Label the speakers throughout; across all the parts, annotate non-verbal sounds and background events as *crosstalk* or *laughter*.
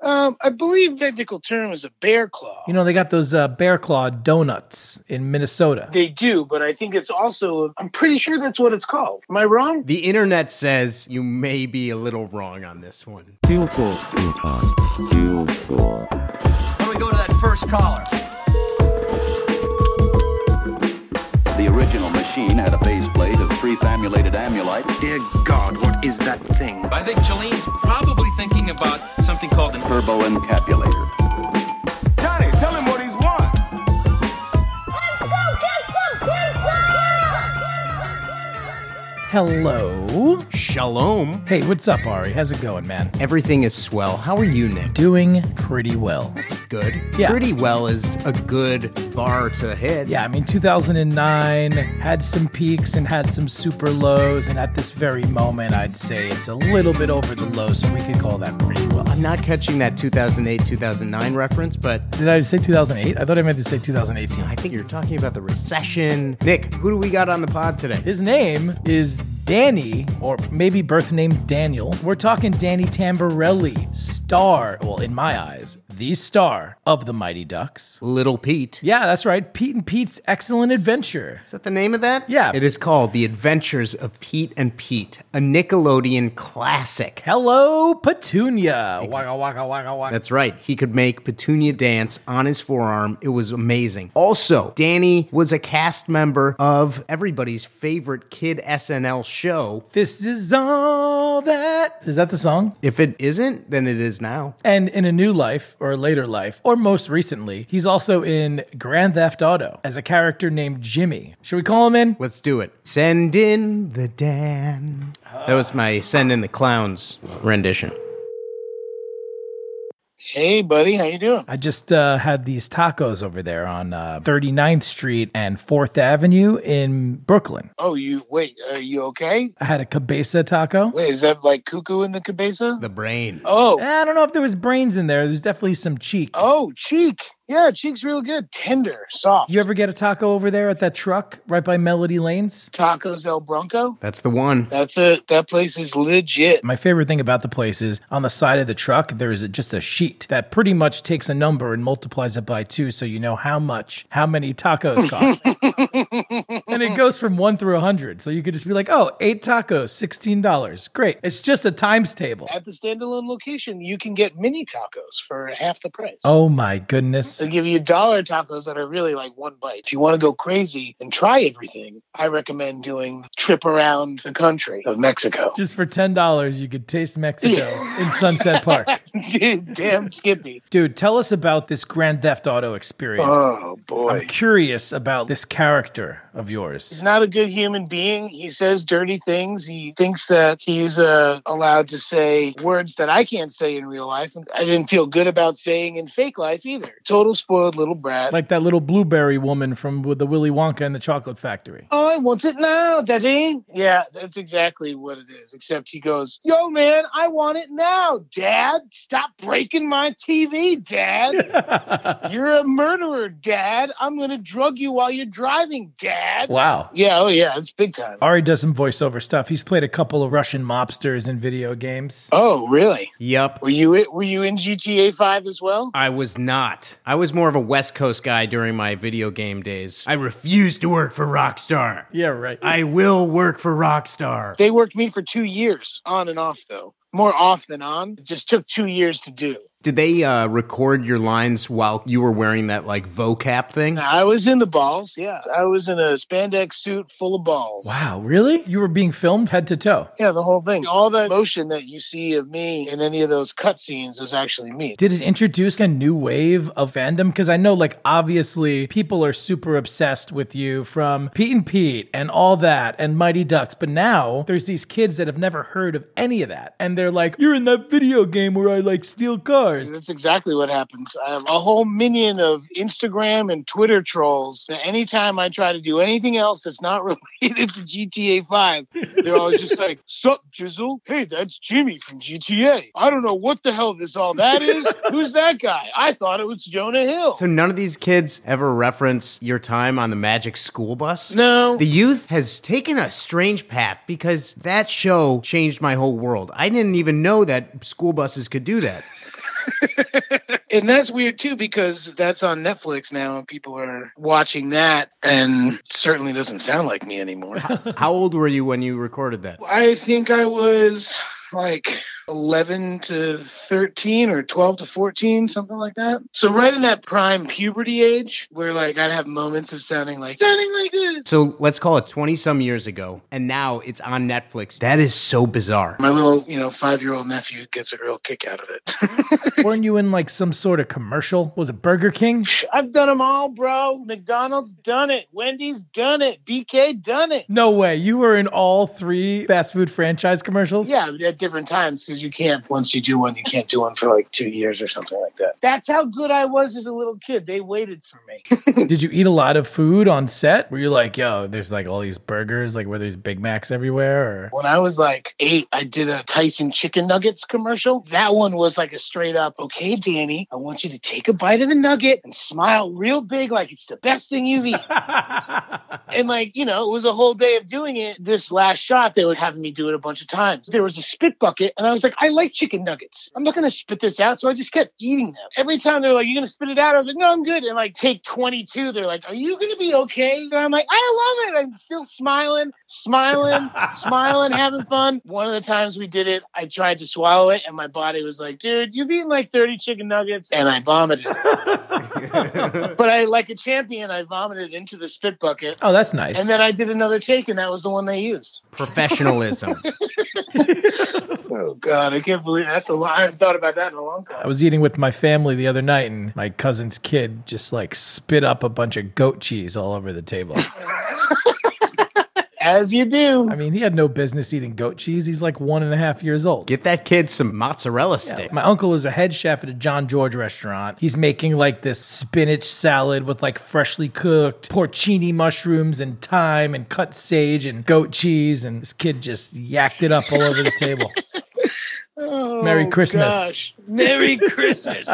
Speaker 1: Um, I believe technical term is a bear claw.
Speaker 2: You know, they got those uh, bear claw donuts in Minnesota.
Speaker 1: They do, but I think it's also, I'm pretty sure that's what it's called. Am I wrong?
Speaker 3: The internet says you may be a little wrong on this one.
Speaker 4: Let me go to that first caller.
Speaker 5: The original machine had a base plate of pre-famulated amulite.
Speaker 6: Dear God, what is that thing?
Speaker 7: I think Jolene's probably thinking about something called an.
Speaker 5: turbo encapulator.
Speaker 4: Johnny, tell him what he's won.
Speaker 8: Let's go get some pizza!
Speaker 2: Hello.
Speaker 3: Shalom.
Speaker 2: Hey, what's up, Ari? How's it going, man?
Speaker 3: Everything is swell. How are you, Nick?
Speaker 2: Doing pretty well.
Speaker 3: It's good.
Speaker 2: Yeah.
Speaker 3: Pretty well is a good bar to hit.
Speaker 2: Yeah, I mean, 2009 had some peaks and had some super lows, and at this very moment, I'd say it's a little bit over the low, so we could call that pretty well.
Speaker 3: I'm not catching that 2008 2009 reference, but
Speaker 2: Did I say 2008? I thought I meant to say 2018.
Speaker 3: I think you're talking about the recession. Nick, who do we got on the pod today?
Speaker 2: His name is Danny, or maybe birth name Daniel. We're talking Danny Tamborelli, star, well, in my eyes, the star of the Mighty Ducks.
Speaker 3: Little Pete.
Speaker 2: Yeah, that's right. Pete and Pete's excellent adventure.
Speaker 3: Is that the name of that?
Speaker 2: Yeah.
Speaker 3: It is called The Adventures of Pete and Pete, a Nickelodeon classic.
Speaker 2: Hello, Petunia. Waka waka waka waka.
Speaker 3: That's right. He could make Petunia dance on his forearm. It was amazing. Also, Danny was a cast member of everybody's favorite kid SNL show.
Speaker 2: This is all that. Is that the song?
Speaker 3: If it isn't, then it is now.
Speaker 2: And in a new life or a later life, or most recently, he's also in Grand Theft Auto as a character named Jimmy. Should we call him in?
Speaker 3: Let's do it. Send in the Dan. That was my send in the clowns rendition.
Speaker 1: Hey, buddy, how you doing?
Speaker 2: I just uh, had these tacos over there on uh, 39th Street and 4th Avenue in Brooklyn.
Speaker 1: Oh, you, wait, are you okay?
Speaker 2: I had a cabeza taco. Eh,
Speaker 1: Wait, is that like cuckoo in the cabeza?
Speaker 3: The brain.
Speaker 1: Oh,
Speaker 2: I don't know if there was brains in there. There's definitely some cheek.
Speaker 1: oh, cheek. Yeah, cheek's real good. Tender, soft.
Speaker 2: You ever get a taco over there at that truck right by Melody Lanes?
Speaker 1: Tacos El Bronco?
Speaker 3: That's the one.
Speaker 1: That's it. That place is legit.
Speaker 2: My favorite thing about the place is on the side of the truck, there is a, just a sheet that pretty much takes a number and multiplies it by two so you know how much, how many
Speaker 1: *laughs*
Speaker 2: tacos cost. and it goes from one through a 100. So you could just be like, oh, eight tacos, $16. Great. It's just a times table.
Speaker 1: At the standalone location, you can get mini tacos for half the price.
Speaker 2: Oh my goodness.
Speaker 1: They give you dollar tacos that are really like one bite. If you want to go crazy and try everything, I recommend doing trip around the country of Mexico. *laughs*
Speaker 2: Just for $10, you could taste Mexico in Sunset Park.
Speaker 1: *laughs* Damn Skippy.
Speaker 2: Dude, tell us about this Grand Theft Auto experience.
Speaker 1: Oh
Speaker 2: I'm
Speaker 1: boy.
Speaker 2: curious about this character of yours.
Speaker 1: He's not a good human being. He says dirty things. He thinks that he's uh, allowed to say words that I can't say in real life. And I didn't feel good about saying in fake life either. Total spoiled little brat.
Speaker 2: *laughs* Like that little blueberry woman from with the Willy Wonka and the Chocolate Factory. *laughs*
Speaker 1: Oh, I want it now, Daddy. Yeah, that's exactly what it is. Except he goes, Yo, man, I want it now, Dad. Stop breaking my TV,
Speaker 2: *laughs*
Speaker 1: Dad. you're a murderer, Dad. I'm going to drug you while you're driving, Dad.
Speaker 2: Wow.
Speaker 1: Yeah, oh, yeah, it's big time.
Speaker 2: Ari does some voiceover stuff. He's played a couple of Russian mobsters in video games.
Speaker 1: Oh, really?
Speaker 3: Yup.
Speaker 1: Were you were you in GTA 5 as well?
Speaker 3: I was not. I was more of a West Coast guy during my video game days. I refused to work for Rockstar.
Speaker 2: Yeah, right.
Speaker 3: I will work for Rockstar.
Speaker 1: They worked me for 2 years, on and off though. More off than on. It just took 2 years to do.
Speaker 3: Did they uh, record your lines while you were wearing that like vocap thing?
Speaker 1: I was in the balls, yeah. I was in a spandex suit full of balls.
Speaker 2: Wow, really? You were being filmed head to toe.
Speaker 1: Yeah, the whole thing. All that motion that you see of me in any of those cutscenes is actually me.
Speaker 2: Did it introduce a new wave of fandom? Because I know, like, obviously people are super obsessed with you from Pete and Pete and all that and Mighty Ducks. But now there's these kids that have never heard of any of that. And they're like, you're in that video game where I, like, steal cars.
Speaker 1: That's exactly what happens. I have a whole minion of Instagram and Twitter trolls that anytime I try to do anything else that's not *laughs* related to GTA 5, they're always just like, Sup, Jizzle? Hey, that's Jimmy from GTA. I don't know what the hell this all that is. Who's that guy? I thought it was Jonah Hill.
Speaker 3: So none of these kids ever reference your time on the Magic School Bus?
Speaker 1: no.
Speaker 3: The youth has taken a strange path because that show changed my whole world. I didn't even know that school buses could do that.
Speaker 1: and that's weird too because that's on Netflix now and people are watching that and certainly doesn't sound like me *laughs* anymore.
Speaker 3: How old were you when you recorded that?
Speaker 1: I think I was like 11 to 13 or 12 to 14, something like that. So right in that prime puberty age where like I'd have moments of sounding like sounding like this.
Speaker 3: So let's call it 20 some years ago, and now it's on Netflix. That is so bizarre.
Speaker 1: My little, you know, five year old nephew gets a real kick out of it. *laughs*
Speaker 2: Weren't you in like some sort of commercial? Was it Burger King?
Speaker 1: I've done them all, bro. McDonald's done it. Wendy's done it. BK done it.
Speaker 2: No way. You were in all three fast food franchise commercials?
Speaker 1: Yeah, at different times because you can't, once you do one, you can't do one for like two years or something like that. That's how good I was as a little kid. They waited for me. *laughs*
Speaker 2: Did you eat a lot of food on set? Were you like, yo, there's like all these burgers, like were there's Big
Speaker 1: *laughs*
Speaker 2: Macs everywhere? Or
Speaker 1: when I was like eight, I did a Tyson chicken nuggets commercial. That one was like a straight up, okay, Danny, I want you to take a bite of the nugget and smile real big like it's the best thing you've eaten. and like, you know, it was a whole day of doing it. This last shot, they were having me do it a bunch of times. There was a spit bucket, and I was like, I like chicken nuggets. I'm not going to spit this out. So I just kept eating them. Every time they were like, You're going to spit it out? I was like, No, I'm good. And like, take 22, they're like, Are you going to be okay? And I'm like, I love it. I'm still smiling, smiling, smiling, having fun. One of the times we did it, I tried to swallow it, and my body was like, Dude, you've eaten like 30 chicken nuggets. And I vomited. but I, like a champion, I vomited into the spit bucket.
Speaker 2: Oh, that's nice.
Speaker 1: And then I did another take, and that was the one they used.
Speaker 3: Professionalism.
Speaker 1: Oh God, I can't believe that's a lot. I haven't thought about that in a long time.
Speaker 2: I was eating with my family the other night, and my cousin's kid just like spit up a bunch of goat cheese all over the
Speaker 1: *laughs*
Speaker 2: table.
Speaker 1: As you do.
Speaker 2: I mean, he had no business eating goat cheese. He's like one and a half years old.
Speaker 3: Get that kid some mozzarella stick.
Speaker 2: My uncle is a head chef at a John George restaurant. He's making like this spinach salad with like freshly cooked porcini mushrooms and thyme and cut sage and goat cheese. And this kid just yacked it up all over the table. *laughs*
Speaker 1: Oh,
Speaker 2: Uh, Merry Christmas.
Speaker 1: gosh. Merry
Speaker 2: *laughs*
Speaker 1: Christmas.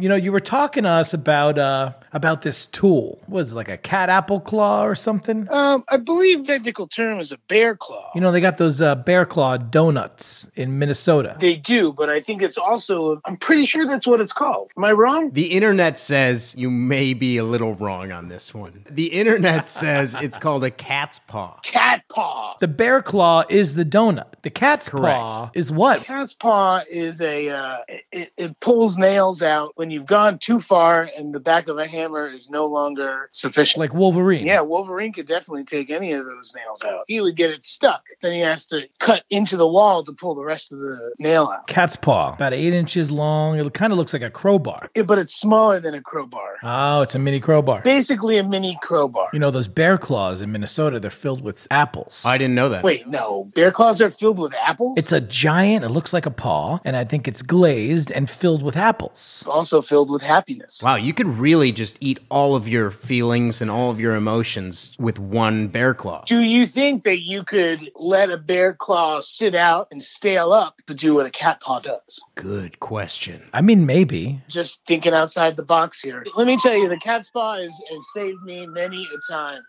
Speaker 2: You know, you were talking to us about uh about this tool. What Was it like a cat apple claw or something?
Speaker 1: um, I believe technical term is a bear claw.
Speaker 2: You know, they got those uh, bear claw donuts in Minnesota.
Speaker 1: They do, but I think it's also. I'm pretty sure that's what it's called. Am I wrong?
Speaker 3: The internet says you may be a little wrong on this one. The internet says it's called a cat's paw.
Speaker 1: Cat paw.
Speaker 2: The bear claw is the donut. The cat's claw is what?
Speaker 1: Cat's paw is a. Uh, it, it pulls nails out when you've gone too far, and the back of a hammer is no longer sufficient.
Speaker 2: Like Wolverine.
Speaker 1: Yeah, Wolverine could definitely take any of those nails out. He would get it stuck. Then he has to cut into the wall to pull the rest of the nail out.
Speaker 2: Cat's paw, about eight inches long. It kind of looks like a crowbar.
Speaker 1: Yeah, but it's smaller than a crowbar.
Speaker 2: Oh, it's a mini crowbar.
Speaker 1: Basically, a mini crowbar.
Speaker 2: You know, those bear claws in Minnesota, they're filled with apples.
Speaker 3: I didn't know that.
Speaker 1: Wait, no. Bear claws are filled with apples?
Speaker 2: It's a giant, it looks like a paw, and I think it's glazed and filled with apples.
Speaker 1: also filled with happiness.
Speaker 3: Wow, you could really just eat all of your feelings and all of your emotions with one bear claw.
Speaker 1: Do you think that you could let a bear claw sit out and stale up to do what a cat paw does?
Speaker 3: Good question.
Speaker 2: I mean, maybe.
Speaker 1: Just thinking outside the box here. Let me tell you, the cat's paw has, has saved me many a time.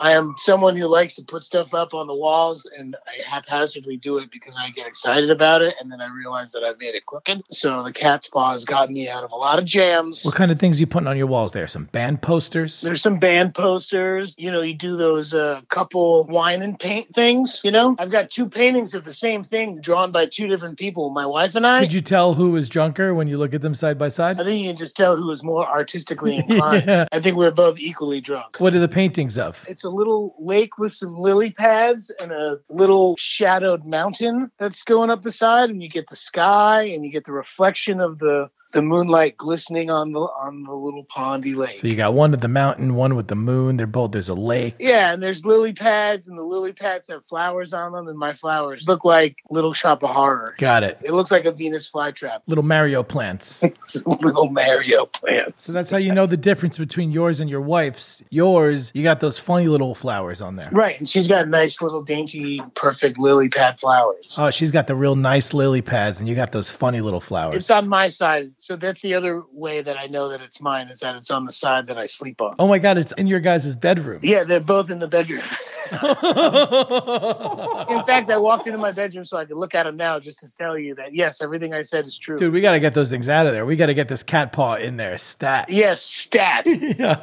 Speaker 1: I am someone who likes to put stuff up on the walls, and I haphazardly do it because I get excited about it, and then I realize that I've made it crooked. So the cat's paw has gotten me out of a lot of jams.
Speaker 2: What kind of things you putting on your walls there? Some band posters?
Speaker 1: There's some band posters. You know, you do those uh, couple wine and paint things. You know, I've got two paintings of the same thing drawn by two different people, my wife and I.
Speaker 2: Could you tell who was drunker when you look at them side by side?
Speaker 1: I think you can just tell who was more artistically
Speaker 2: *laughs*
Speaker 1: inclined. I think we're both equally drunk.
Speaker 2: What are the paintings of?
Speaker 1: It's a little lake with some lily pads and a little shadowed mountain that's going up the side, and you get the sky and you get the reflection of the the moonlight glistening on the on the little pondy lake.
Speaker 2: So you got one with the mountain, one with the moon. They're both, there's a lake.
Speaker 1: Yeah, and there's lily pads, and the lily pads have flowers on them, and my flowers look like Little Shop of Horror.
Speaker 2: Got it.
Speaker 1: It looks like a Venus flytrap. *laughs*
Speaker 2: Little Mario plants.
Speaker 1: It's little Mario plants.
Speaker 2: So that's how you know the difference between yours and your wife's. Yours, you got those funny little flowers on there.
Speaker 1: Right, and she's got nice little dainty, perfect lily pad flowers.
Speaker 2: Oh, she's got the real nice lily pads, and you got those funny little flowers.
Speaker 1: It's on my side So that's the other way that I know that it's mine is that it's on the side that I sleep on.
Speaker 2: Oh my God, it's in your guys' bedroom.
Speaker 1: Yeah, they're both in the bedroom. *laughs* in fact, I walked into my bedroom so I could look at them now just to tell you that yes, everything I said is true.
Speaker 2: *laughs* Dude, we got to get those things out of there. We got to get this cat paw in there. Stat.
Speaker 1: Yes, stat.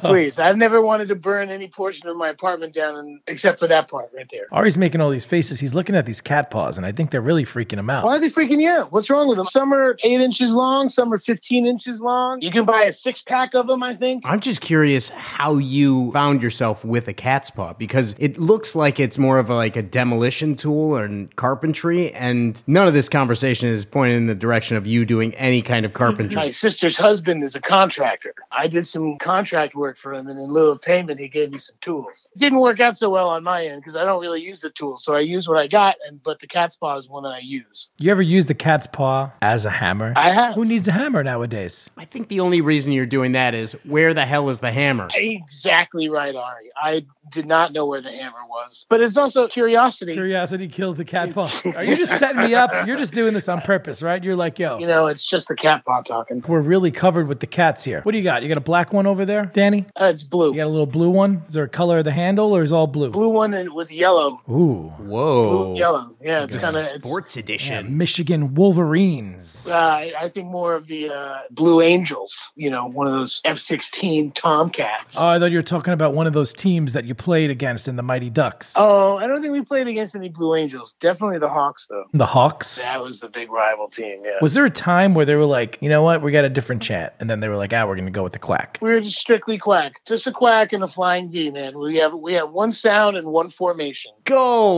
Speaker 2: *laughs*
Speaker 1: Please. I've never wanted to burn any portion of my apartment down in, except for that part right there.
Speaker 2: Ari's making all these faces. He's looking at these cat paws, and I think they're really freaking him out.
Speaker 1: Why are they freaking you out? What's wrong with them? Some are eight inches long, some are 15 inches long. You can buy a six pack of them, I think.
Speaker 3: I'm just curious how you found yourself with a cat's paw because it looks like it's more of a, like a demolition tool and carpentry, and none of this conversation is pointed in the direction of you doing any kind of
Speaker 1: My
Speaker 3: carpentry.
Speaker 1: sister's husband is a contractor. I did some contract work for him, and in lieu of payment, he gave me some tools. It didn't work out so well on my end because I don't really use the tools, so I use what I got. And but the cat's paw is one that I use.
Speaker 2: You ever use the cat's paw as a hammer?
Speaker 1: I have.
Speaker 2: Who needs a hammer nowadays?
Speaker 3: I think the only reason you're doing that is where the hell is the hammer?
Speaker 1: *laughs* Exactly right, Ari. I did not know where the hammer was, but it's also curiosity.
Speaker 2: Curiosity kills
Speaker 1: *laughs*
Speaker 2: the cat paw. Are you just setting me up? You're just doing this on purpose, right? You're like, yo,
Speaker 1: you know, it's just the cat paw talking.
Speaker 2: we're really covered with the cats here. What do you got? You got a black one over there, Danny?
Speaker 1: Uh, it's blue,
Speaker 2: You got a little blue one? Is there a color of the handle or is all blue?
Speaker 1: blue one and with yellow,
Speaker 2: Ooh.
Speaker 1: blue
Speaker 3: Whoa.
Speaker 1: yellow. Yeah, it's
Speaker 3: The
Speaker 1: kind of
Speaker 3: sports
Speaker 2: Yeah,
Speaker 3: edition.
Speaker 2: Michigan Wolverines.
Speaker 1: Uh, I I think more of the uh, Blue Angels, you know, one of those F 16 Tomcats.
Speaker 2: Oh, I thought you were talking about one of those teams that you played against in the Mighty Ducks.
Speaker 1: Oh, I don't think we played against any Blue Angels. Definitely the Hawks, though.
Speaker 2: The Hawks.
Speaker 1: That was the big rival team. Yeah,
Speaker 2: Was there a time where they were like, you know what, we got a different chat? And then they were like, ah, we're going to go with the quack.
Speaker 1: we were just strictly quack, just a quack and a flying V, man. We have we have one sound and one formation.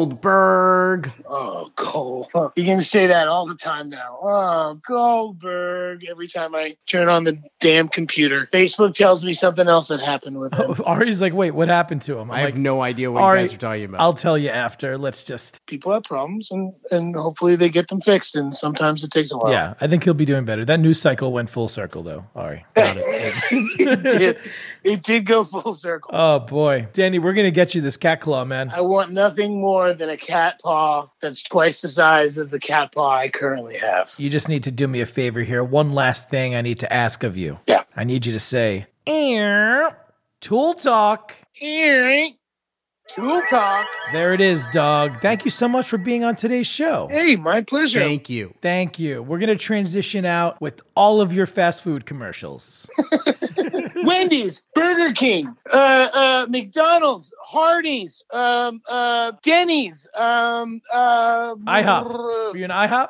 Speaker 3: Goldberg.
Speaker 1: Oh, Cole, you can say that all the time now. Oh, Goldberg. Every time I turn on the damn computer, Facebook tells me something else that happened with
Speaker 2: *laughs*
Speaker 1: him.
Speaker 2: *laughs* Ari's like, wait, what happened to him? I'm
Speaker 3: I
Speaker 2: like,
Speaker 3: have no idea what
Speaker 2: Ari,
Speaker 3: you guys are talking about.
Speaker 2: I'll tell you after. Let's just.
Speaker 1: People have problems, and and hopefully they get them fixed. And sometimes it takes a
Speaker 3: Oh.
Speaker 1: while.
Speaker 2: Yeah, I think he'll be doing better. That news cycle went full circle, though. Ari. Got
Speaker 1: it,
Speaker 2: it.
Speaker 1: did, it did go full circle.
Speaker 2: oh, boy. Danny, we're going to get you this cat claw, man.
Speaker 1: I want nothing more than a cat paw that's twice the size of the cat paw I currently have.
Speaker 2: You just need to do me a favor here. One last thing I need to ask of you.
Speaker 1: Yeah.
Speaker 2: I need you to say, "Ear, Tool Talk.
Speaker 1: Earring. Tool talk.
Speaker 2: There it is, dog. Thank you so much for being on today's show.
Speaker 1: Hey, my pleasure.
Speaker 3: Thank you.
Speaker 2: Thank you. We're going to transition out with all of your fast food commercials.
Speaker 1: Wendy's, Burger King, uh, uh, McDonald's, Hardee's, um, uh, Denny's, um, uh,
Speaker 2: IHOP. Were you
Speaker 1: *laughs*
Speaker 2: an IHOP?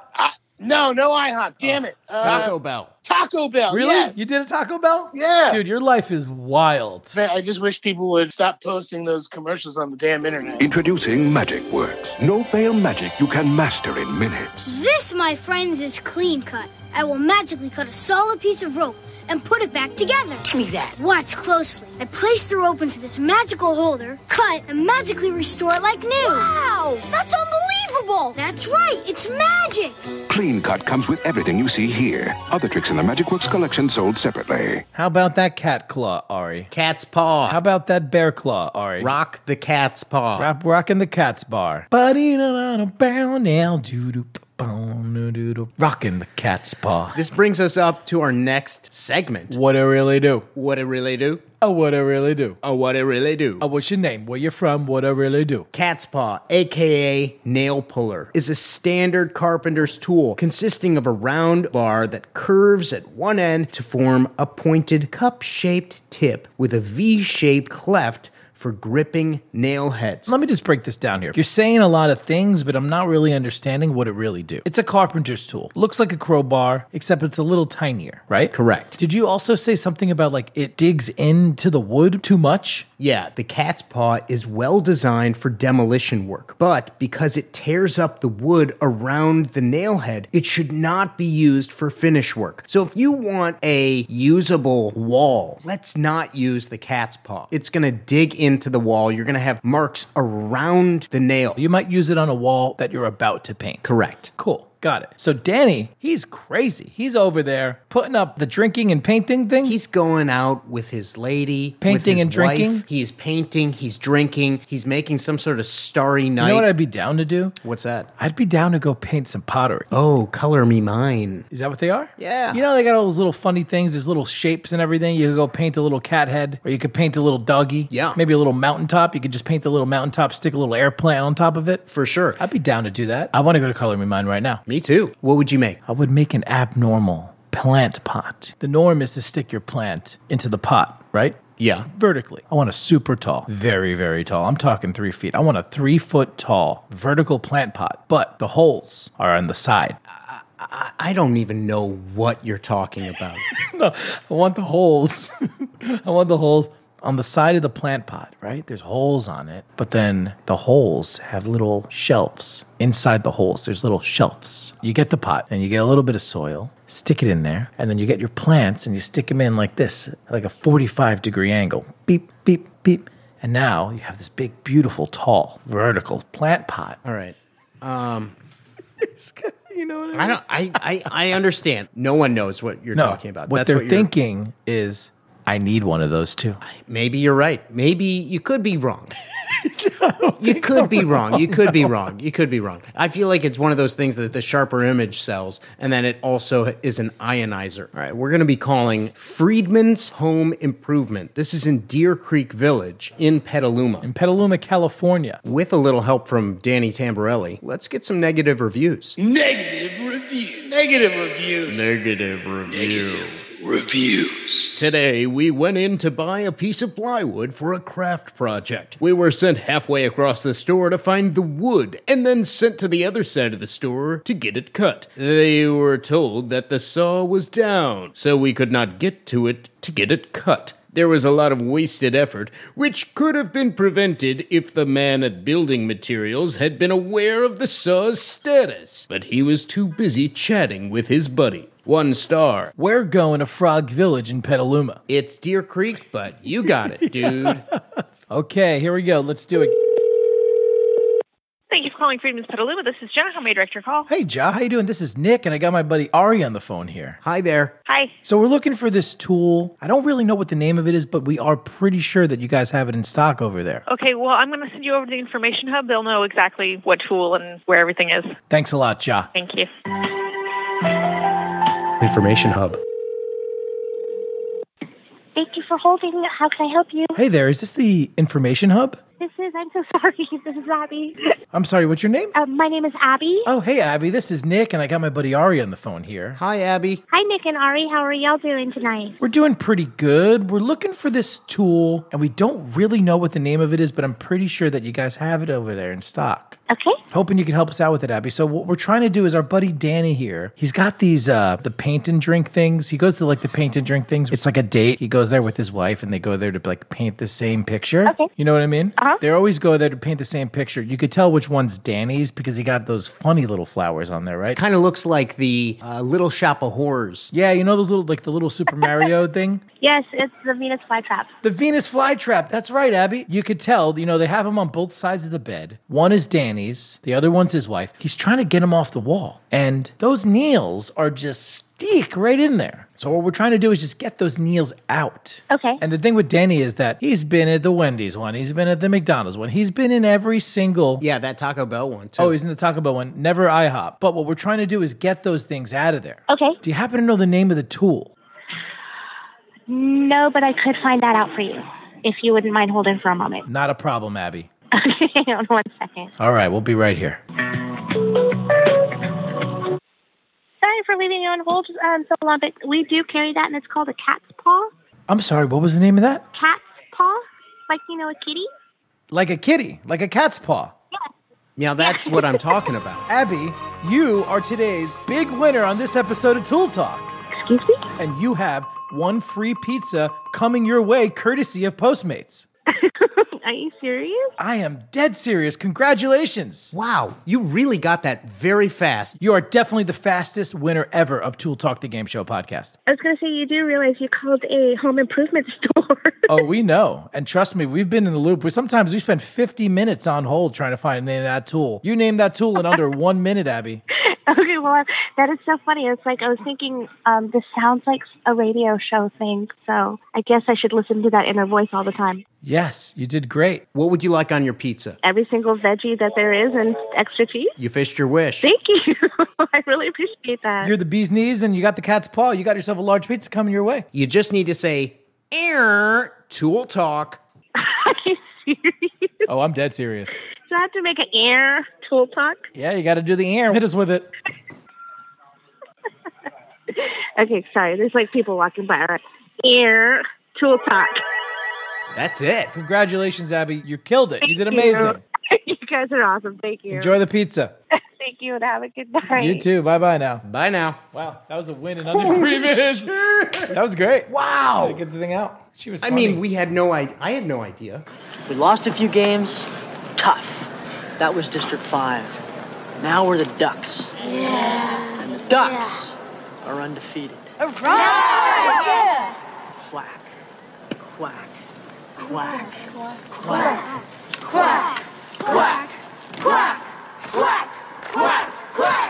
Speaker 1: No, no IHOP. Damn it. Uh,
Speaker 3: Taco Bell.
Speaker 1: Taco Bell.
Speaker 2: Really?
Speaker 1: Oh, yes.
Speaker 2: You did a Taco Bell?
Speaker 1: Yeah.
Speaker 2: Dude, your life is wild.
Speaker 1: I just wish people would stop posting those commercials on the damn internet.
Speaker 9: Introducing Magic Works. No veil magic you can master in minutes.
Speaker 8: This, my friends, is clean cut. I will magically cut a solid piece of rope and put it back together. Give me that. Watch closely. I place the rope into this magical holder, cut, and magically restore it like new. Wow! That's unbelievable! That's right, it's magic!
Speaker 9: Clean Cut comes with everything you see here. Other tricks in the Magic Works collection sold separately.
Speaker 2: How about that cat claw, Ari?
Speaker 3: Cat's paw.
Speaker 2: How about that bear claw, Ari?
Speaker 3: Rock the cat's paw.
Speaker 2: Rock rocking the cat's bar. Buddy na na bow now doo doo boom doo doo rocking the cat's paw.
Speaker 3: This brings us up to our next segment.
Speaker 2: What it really do?
Speaker 3: What it really do?
Speaker 2: Oh, what it really do?
Speaker 3: Oh, what it really do?
Speaker 2: Oh, what's your name? Where you from? What it really do?
Speaker 3: Cat's paw, aka nail puller, is a standard carpenter's tool consisting of a round bar that curves at one end to form a pointed cup shaped tip with a V shaped cleft for gripping nail heads.
Speaker 2: Let me just break this down here. You're saying a lot of things, but I'm not really understanding what it really do. It's a carpenter's tool. Looks like a crowbar, except it's a little tinier, right?
Speaker 3: Correct.
Speaker 2: Did you also say something about like it digs into the wood too much?
Speaker 3: Yeah, the cat's paw is well designed for demolition work, but because it tears up the wood around the nail head, it should not be used for finish work. So if you want a usable wall, let's not use the cat's paw. It's going to dig into the wall. You're going to have marks around the nail.
Speaker 2: You might use it on a wall that you're about to paint.
Speaker 3: Correct.
Speaker 2: Cool. Got it. So Danny, he's crazy. He's over there putting up the drinking and painting thing.
Speaker 3: He's going out with his lady, with
Speaker 2: Painting
Speaker 3: his
Speaker 2: and drinking?
Speaker 3: wife. He's painting. He's drinking. He's making some sort of starry night.
Speaker 2: you know what I'd be down to do?
Speaker 3: What's that?
Speaker 2: I'd be down to go paint some pottery.
Speaker 3: Oh, color me mine.
Speaker 2: Is that what they are?
Speaker 3: Yeah.
Speaker 2: You know, they got all those little funny things, those little shapes and everything. You could go paint a little cat head, or you could paint a little doggy.
Speaker 3: Yeah.
Speaker 2: Maybe a little mountaintop. You could just paint the little mountaintop, stick a little airplane on top of it.
Speaker 3: For sure.
Speaker 2: I'd be down to do that. I want to go to Color Me Mine right now.
Speaker 3: me too. What would you make?
Speaker 2: I would make an abnormal plant pot. The norm is to stick your plant into the pot, right?
Speaker 3: Yeah.
Speaker 2: Vertically. I want a super tall, very, very tall. I'm talking three feet. I want a three foot tall vertical plant pot, but the holes are on the side.
Speaker 3: I don't even know what you're talking about.
Speaker 2: No, I want the holes. *laughs* I want the holes on the side of the plant pot, right? There's holes on it, but then the holes have little shelves inside the holes. There's little shelves. You get the pot and you get a little bit of soil, stick it in there, and then you get your plants and you stick them in like this, like a 45 degree angle. Beep, beep, beep. And now you have this big, beautiful, tall, vertical plant pot.
Speaker 3: *laughs* All right.
Speaker 2: You know what I mean?
Speaker 3: I don't. I, I I understand. No one knows what you're talking about.
Speaker 2: What
Speaker 3: That's
Speaker 2: they're
Speaker 3: you're-
Speaker 2: thinking is, I need one of those too.
Speaker 3: Maybe you're right. Maybe you could be *laughs* wrong. you could be wrong. You could be wrong. You could be wrong. I feel like it's one of those things that the sharper image sells, and then it also is an ionizer. All right, we're going to be calling Friedman's Home Improvement. This is in Deer Creek Village in Petaluma.
Speaker 2: In Petaluma, California.
Speaker 3: With a little help from Danny Tamborelli, let's get some negative reviews.
Speaker 1: Negative reviews. Negative reviews.
Speaker 3: Negative review.
Speaker 1: Reviews.
Speaker 3: Today, we went in to buy a piece of plywood for a craft project. We were sent halfway across the store to find the wood, and then sent to the other side of the store to get it cut. They were told that the saw was down, so we could not get to it to get it cut. There was a lot of wasted effort, which could have been prevented if the man at Building Materials had been aware of the saw's status, but he was too busy chatting with his buddy. One star.
Speaker 2: We're going to Frog Village in Petaluma.
Speaker 3: It's Deer Creek, but you got it, *laughs* dude.
Speaker 2: Okay, here we go. Let's do it.
Speaker 10: Thank you for calling Freedom's Petaluma. This is Jenna. How may I direct your call?
Speaker 2: Hey, Ja, how you doing? This is Nick, and I got my buddy Ari on the phone here.
Speaker 3: Hi there.
Speaker 10: Hi.
Speaker 2: So we're looking for this tool. I don't really know what the name of it is, but we are pretty sure that you guys have it in stock over there.
Speaker 10: Okay, well, I'm going to send you over to the information hub. They'll know exactly what tool and where everything is.
Speaker 2: Thanks a lot, Ja.
Speaker 10: Thank you.
Speaker 3: Information Hub.
Speaker 8: Thank you for holding. How can I help you?
Speaker 2: Hey there, is this the information hub?
Speaker 8: This is, I'm so *laughs* sorry. This is Abby.
Speaker 2: I'm sorry, what's your name?
Speaker 8: Um, my name is Abby.
Speaker 2: Oh, hey, Abby, this is Nick, and I got my buddy Ari on the phone here.
Speaker 3: Hi, Abby.
Speaker 8: Hi, Nick and Ari. How are y'all doing tonight?
Speaker 2: We're doing pretty good. We're looking for this tool, and we don't really know what the name of it is, but I'm pretty sure that you guys have it over there in stock.
Speaker 8: Okay.
Speaker 2: hoping you can help us out with it abby so what we're trying to do is our buddy danny here he's got these uh the paint and drink things he goes to like the paint and drink things it's like a date he goes there with his wife and they go there to like paint the same picture
Speaker 8: Okay.
Speaker 2: you know what i mean uh-huh. they always go there to paint the same picture you could tell which one's danny's because he got those funny little flowers on there right
Speaker 3: Kind of looks like the uh, Little Shop of Horrors.
Speaker 2: yeah you know those little like the little super mario *laughs* thing
Speaker 8: Yes, it's the Venus flytrap.
Speaker 2: The Venus flytrap. That's right, Abby. You could tell, you know, they have him on both sides of the bed. One is Danny's, the other one's his wife. He's trying to get him off the wall. And those nails are just stick right in there. So what we're trying to do is just get those nails out.
Speaker 8: Okay.
Speaker 2: And the thing with Danny is that he's been at the Wendy's one, he's been at the McDonald's one, he's been in every single
Speaker 3: Yeah, that Taco Bell one, too.
Speaker 2: Oh, he's in the Taco Bell one, never IHOP. But what we're trying to do is get those things out of there.
Speaker 8: Okay.
Speaker 2: Do you happen to know the name of the tool?
Speaker 8: No, but I could find that out for you if you wouldn't mind holding for a moment. *laughs*
Speaker 2: Not a problem, Abby.
Speaker 8: Okay, hang on one second.
Speaker 2: All right, we'll be right here.
Speaker 8: Sorry for leaving you on hold um, so long, but we do carry that, and it's called a cat's paw.
Speaker 2: I'm sorry, what was the name of that?
Speaker 8: Cat's paw, like you know a kitty.
Speaker 2: like a kitty, like a cat's paw.
Speaker 3: Now, that's what I'm talking about.
Speaker 2: Abby, you are today's big winner on this episode of Tool Talk.
Speaker 8: Excuse me. *laughs*
Speaker 2: And you have one free pizza coming your way courtesy of Postmates.
Speaker 8: Are you serious?
Speaker 2: I am dead serious. Congratulations.
Speaker 3: Wow, you really got that very fast.
Speaker 2: You are definitely the fastest winner ever of Tool Talk, the game show podcast.
Speaker 8: I was gonna say you do realize you called a home improvement *laughs* store.
Speaker 2: Oh, we know. And trust me, we've been in the loop. We sometimes we
Speaker 3: *laughs*
Speaker 2: spend 50 minutes on hold trying to find the name of that tool. You name that tool in under one minute, Abby.
Speaker 11: Okay, well, that is so funny. It's like I was thinking, um, this sounds like a radio show thing, so I guess I should listen to that inner voice all the time.
Speaker 2: Yes, you did great.
Speaker 3: What would you like on your pizza?
Speaker 11: Every single veggie that there is and extra cheese.
Speaker 3: You fished your wish.
Speaker 11: Thank you. *laughs* I really appreciate that.
Speaker 2: You're the bee's knees and you got the cat's paw. You got yourself a large pizza coming your way.
Speaker 3: You just need to say, air, tool talk.
Speaker 11: *laughs*
Speaker 2: Oh, I'm dead serious.
Speaker 11: Do I have to make an air tool talk?
Speaker 2: Yeah, you got to do the air. Hit us with it.
Speaker 11: Okay, sorry. There's like people walking by. All right. Air tool talk.
Speaker 3: That's it.
Speaker 2: Congratulations, Abby. You killed it. You did
Speaker 11: Thank you.
Speaker 2: amazing.
Speaker 11: *laughs* You guys are awesome. Thank you.
Speaker 2: Enjoy the pizza.
Speaker 11: *laughs* Thank you and have a good night.
Speaker 2: You too. Bye bye now.
Speaker 3: Bye now.
Speaker 2: Wow, that was a win in
Speaker 3: *laughs*
Speaker 2: under three minutes. That was great.
Speaker 3: Wow.
Speaker 2: Gotta Get the thing out. She was.
Speaker 3: I mean, we had no idea. I had no idea.
Speaker 12: We lost a few games. Tough. That was District 5. Now we're the Ducks. Yeah. And the Ducks are undefeated. All
Speaker 13: right. Yeah.
Speaker 12: Quack. Quack. Quack.
Speaker 13: Quack. Quack. Quack. Quack. Quack. Quack. Quack.